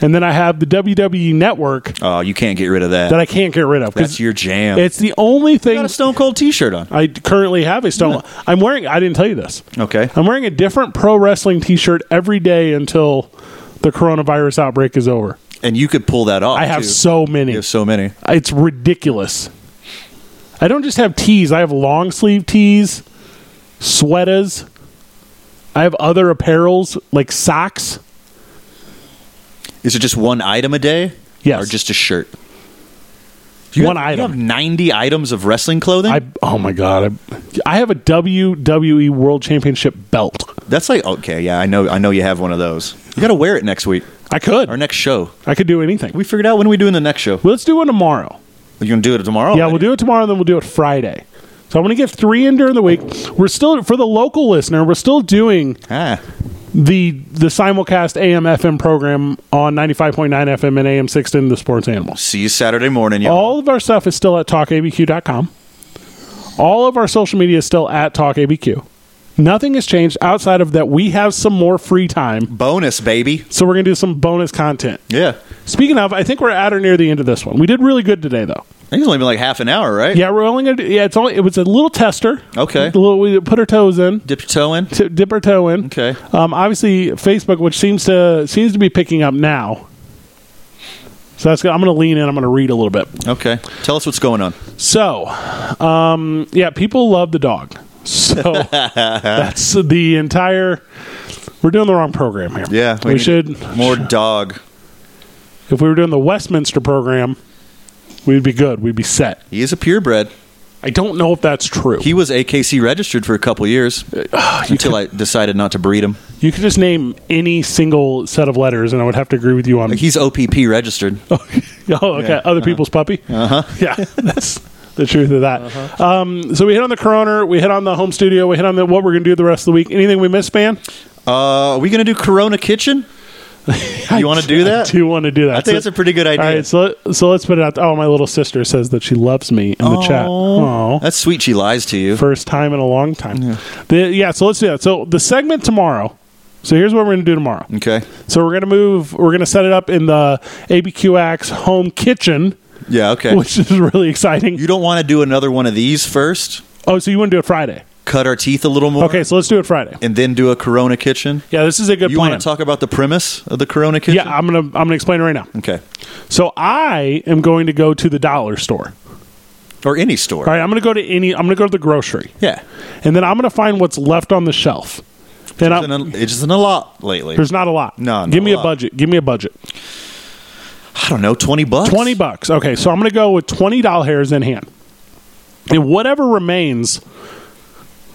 S4: and then I have the WWE Network
S5: Oh, you can't get rid of that.
S4: that I can't get rid of. 'cause
S5: That's your jam.
S4: It's the only
S5: You got
S4: thing
S5: a Stone Cold T-shirt on.
S4: I currently have a Stone. I'm wearing. I didn't tell you this.
S5: Okay.
S4: I'm wearing a different pro wrestling T-shirt every day until the coronavirus outbreak is over.
S5: And you could pull that off.
S4: I have
S5: too.
S4: so
S5: You
S4: many.
S5: have so many.
S4: It's ridiculous. I don't just have tees. I have long sleeve tees, sweaters. I have other apparels like socks.
S5: Is it just one item a day?
S4: Yes.
S5: Or just a shirt? You
S4: One
S5: have,
S4: item.
S5: You have 90 items of wrestling clothing?
S4: I oh my god. I, I have a WWE World Championship belt.
S5: That's like okay, yeah, I know I know you have one of those. You got to wear it next week.
S4: I could.
S5: Our next show.
S4: I could do anything.
S5: We figured out when are we doing the next show.
S4: Well, let's do one tomorrow.
S5: You're going to do it tomorrow?
S4: Yeah, we'll do it tomorrow. Then we'll do it Friday. So I'm going to get three in during the week. We're still for the local listener. We're still doing
S5: Ah.
S4: the the simulcast AM FM program on 95.9 FM and AM 610 The Sports Animals.
S5: See you Saturday morning, y'all.
S4: All of our stuff is still at talkabq.com. All of our social media is still at talkabq. Nothing has changed outside of that we have some more free time.
S5: Bonus, baby.
S4: So we're going to do some bonus content.
S5: Yeah.
S4: Speaking of, I think we're at or near the end of this one. We did really good today though.
S5: I think it's only been like half an hour, right?
S4: Yeah, we're only going to Yeah, it's only it was a little tester.
S5: Okay.
S4: A little, we put our toes in.
S5: Dip your toe in.
S4: T- dip our toe in.
S5: Okay.
S4: Um, obviously, Facebook, which seems to seems to be picking up now. So that's good. I'm going to lean in. I'm going to read a little bit.
S5: Okay. Tell us what's going on.
S4: So, um, yeah, people love the dog. So that's the entire. We're doing the wrong program here.
S5: Yeah,
S4: we,
S5: we need-
S4: should.
S5: More dog.
S4: If we were doing the Westminster program, we'd be good. We'd be set.
S5: He is a purebred.
S4: I don't know if that's true.
S5: He was AKC registered for a couple years uh, until I decided not to breed him.
S4: you could just name any single set of letters, and I would have to agree with you on.
S5: Like he's OPP registered.
S4: Oh, okay.
S5: Uh-huh.
S4: Other people's puppy. Uh huh. Yeah, that's the truth of that.
S5: Uh-huh.
S4: Um, so we hit on the coroner. We hit on the home studio. We hit on the, what we're going to do the rest of the week. Anything we missed, man?
S5: Uh, are we going to do Corona Kitchen? You want to do that?
S4: I do want to do that.
S5: I think that's a pretty good idea.
S4: All right, so so let's put it out. Oh, my little sister says that she loves me in the chat.
S5: Aw.
S4: Oh,
S5: That's sweet. She lies to you.
S4: first time in a long time. Yeah. yeah, so let's do that. So the segment tomorrow. So here's what we're going to do tomorrow.
S5: okay.
S4: So we're going to move. We're going to set it up in the ABQX home kitchen,
S5: Yeah. Okay.
S4: which is really exciting.
S5: You don't want to do another one of these first.
S4: oh, so you want to do it Friday?
S5: Cut our teeth a little more.
S4: Okay, so let's do it Friday.
S5: And then do a Corona Kitchen.
S4: Yeah, this is a good
S5: You
S4: plan.
S5: want to talk about the premise of the Corona Kitchen?
S4: yeah, I'm gonna I'm gonna explain it right now.
S5: Okay.
S4: So I am going to go to the dollar store.
S5: Or any store.
S4: All right, I'm gonna go to any. I'm gonna go to the grocery,
S5: Yeah.
S4: and then I'm gonna find what's left on the shelf. And
S5: It's,
S4: I'm,
S5: an, it's been a lot lately.
S4: There's not a lot.
S5: No, not
S4: give me
S5: a
S4: a,
S5: lot.
S4: budget. Give me a budget.
S5: I don't know. Twenty bucks.
S4: Twenty bucks. Okay, so I'm going to go with twenty dollars hairs in hand, and whatever remains,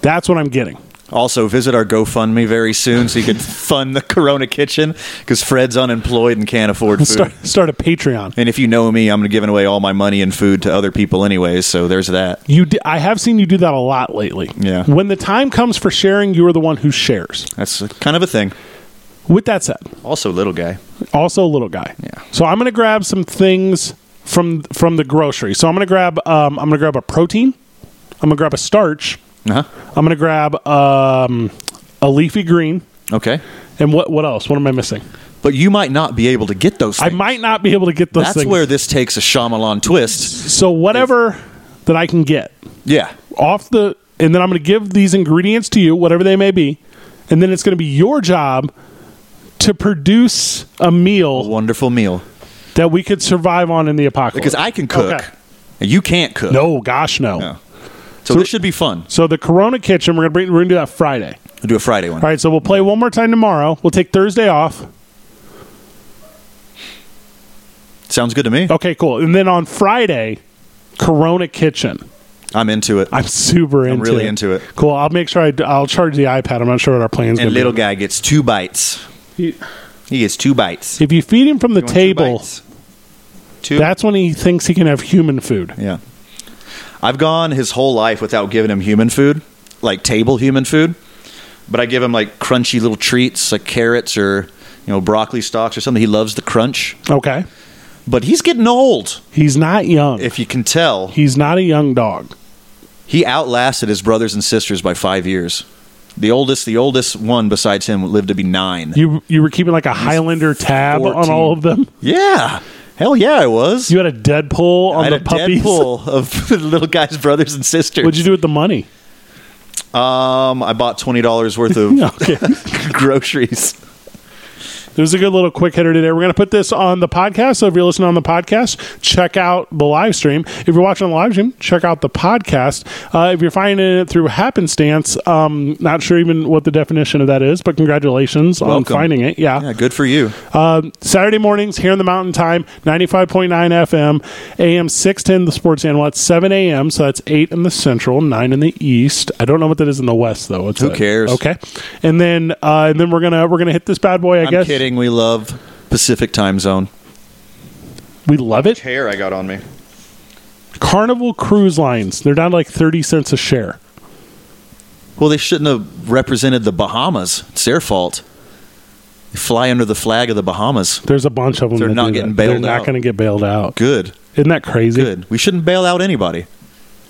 S4: that's what I'm getting.
S5: Also, visit our GoFundMe very soon so you can fund the Corona Kitchen because Fred's unemployed and can't afford food.
S4: Start, start a Patreon.
S5: And if you know me, I'm giving away all my money and food to other people, anyways. So there's that.
S4: You, d I I have seen you do that a lot lately.
S5: Yeah.
S4: When the time comes for sharing, you are the one who shares.
S5: That's kind of a thing.
S4: With that said,
S5: Also, little guy.
S4: also a little guy.
S5: Yeah.
S4: So I'm gonna grab some things from from the grocery. So I'm gonna grab um, I'm gonna grab a protein. I'm gonna grab a starch.
S5: Uh huh.
S4: I'm gonna grab um, a leafy green.
S5: Okay.
S4: And what what else? What am I missing?
S5: But you might not be able to get those
S4: I
S5: things.
S4: might not be able to get those
S5: That's
S4: things.
S5: where this takes a Shyamalan twist.
S4: so whatever that I can get
S5: Yeah.
S4: off the and then I'm going to give these ingredients to you, whatever they may be, and then it's going to be your job to produce a
S5: A
S4: meal
S5: wonderful meal.
S4: that we could survive on in the apocalypse.
S5: Because I can cook.
S4: Okay.
S5: And you can't cook.
S4: No, gosh, no.
S5: No. So, this should be fun.
S4: So the Corona Kitchen, we're gonna bring, we're gonna do that Friday.
S5: We'll do a Friday one.
S4: All right, so we'll play one more time tomorrow. We'll take Thursday off.
S5: Sounds good to me.
S4: Okay, cool. And then on Friday, Corona Kitchen.
S5: I'm into it.
S4: I'm super into.
S5: really
S4: it.
S5: into it.
S4: Cool. I'll make sure I d- I'll charge the iPad. I'm not sure what our plans.
S5: and
S4: gonna
S5: little
S4: be.
S5: guy gets two bites.
S4: He-
S5: He gets two bites.
S4: If you feed him from the
S5: You want Two.
S4: table,
S5: bites? Two?
S4: that's when he thinks he can have human food.
S5: Yeah. I've gone his whole life without giving him human food, like table human food, but I give him like crunchy little treats, like carrots or you know broccoli stalks or something. He loves the crunch,
S4: Okay.
S5: but he's getting old.
S4: He's not young.
S5: If you can tell,
S4: He's not a young dog.
S5: he outlasted his brothers and sisters by five years. The oldest, the oldest one besides him lived to be nine.
S4: You you were keeping like a Highlander tab
S5: 14.
S4: on all of them.
S5: Yeah, hell yeah, I was.
S4: You had a Deadpool on
S5: I had
S4: the
S5: a
S4: puppies.
S5: Deadpool of the little guy's brothers and sisters.
S4: What'd you do with the money?
S5: Um, I bought twenty dollars worth of
S4: Okay.
S5: groceries.
S4: It was a good little quick hitter today. We're going to put this on the podcast. So if you're listening on the podcast, check out the live stream. If you're watching the live stream, check out the podcast. Uh, if you're finding it through happenstance, um, not sure even what the definition of that is, but congratulations on
S5: Welcome.
S4: finding it. Yeah.
S5: Yeah, good for you.
S4: Um, Saturday mornings here in the Mountain Time, 95.9 FM, AM 610, the sports animal. It's 7 a.m., so that's 8 in the central, 9 in the east. I don't know what that is in the west, though. What's
S5: Who
S4: that?
S5: cares?
S4: Okay. And then uh, and then we're going to we're gonna hit this bad boy, I
S5: I'm
S4: guess.
S5: kidding. We love Pacific time zone.
S4: We love it.
S5: Hair I got on me.
S4: Carnival Cruise Lines. They're down to like 30 cents a share.
S5: Well, they shouldn't have represented the Bahamas. It's their fault. They fly under the flag of the Bahamas.
S4: There's a bunch of them.
S5: They're
S4: that
S5: not
S4: do
S5: getting
S4: that.
S5: bailed
S4: They're not
S5: out.
S4: going to get bailed out.
S5: Good,
S4: Isn't that crazy?
S5: good. We shouldn't bail out anybody.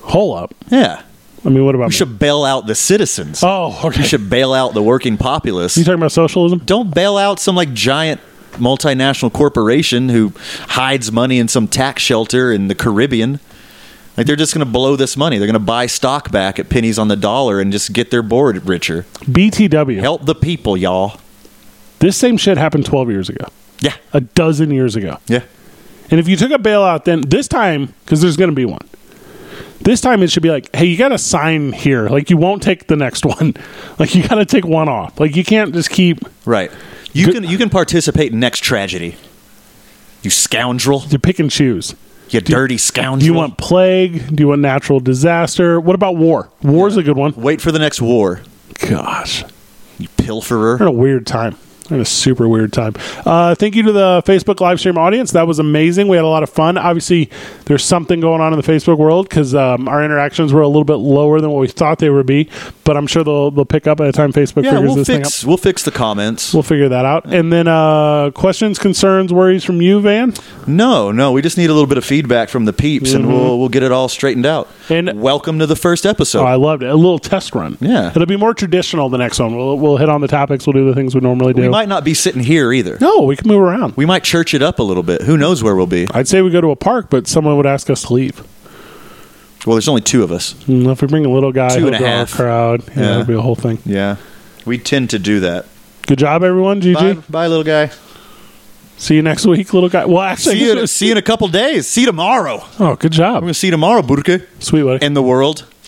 S4: Hold up.
S5: Yeah,
S4: I mean, what about
S5: we should bail out the citizens.
S4: Oh, okay.
S5: We should bail out the working populace.
S4: you talking about socialism?
S5: Don't bail out some like giant multinational corporation who hides money in some tax shelter in the Caribbean. Like they're just going to blow this money. They're going to buy stock back at pennies on the dollar and just get their board richer.
S4: BTW.
S5: Help the people, y'all.
S4: This same shit happened 12 years ago,
S5: Yeah.
S4: a dozen years ago.
S5: Yeah.
S4: And if you took a bailout, then this time, because there's going to be one, this time it should be like, hey, you got to sign here. Like, you won't take the next one. Like, you got to take one off. Like, you can't just keep.
S5: Right. You
S4: Good-
S5: can you can participate in next tragedy. You scoundrel.
S4: You pick and choose.
S5: You dirty
S4: Do
S5: scoundrel.
S4: you want plague? Do you want natural disaster? What about war? War's a good one.
S5: wait for the next war,
S4: Gosh.
S5: you pilferer.
S4: We're in a weird time. We're in a super weird time. Uh, thank you to the Facebook live stream audience. That was amazing. We had a lot of fun. Obviously, there's something going on in the Facebook world because um, our interactions were a little bit lower than what we thought they would be. But I'm sure they'll they'll pick up by the time Facebook
S5: Yeah,
S4: figures
S5: we'll
S4: this thing up.
S5: fix we'll fix the comments.
S4: We'll figure that out. And then uh, questions, concerns, worries from you, Van.
S5: No, no, we just need a little bit of feedback from the peeps, and we'll we'll get it all straightened out.
S4: Mm-hmm. And-
S5: welcome to the first episode.
S4: Oh, I loved it. A little test run.
S5: Yeah.
S4: it'll be more traditional. The next one, we'll we'll hit on the topics. We'll do the things we normally do.
S5: we might not be sitting here either.
S4: no, we can move around.
S5: We might church it up a little bit. Who knows where we'll be?
S4: I'd say we go to a park, but someone would ask us to leave.
S5: Well, there's only two of us.
S4: Mm, If we bring a little guy,
S5: Two
S4: he'll
S5: and a
S4: draw
S5: half.
S4: crowd. Yeah,
S5: Yeah.
S4: it'll be a whole thing.
S5: Yeah, we tend to do that.
S4: Good job, everyone. GG.
S5: Bye, bye, little guy.
S4: See you next week, little guy. Well, actually,
S5: See
S4: I guess it
S5: you.
S4: was-
S5: See you in a couple days. See you tomorrow. I'm
S4: oh, good job,
S5: gonna see you tomorrow, Burke,
S4: sweet buddy.
S5: and the world.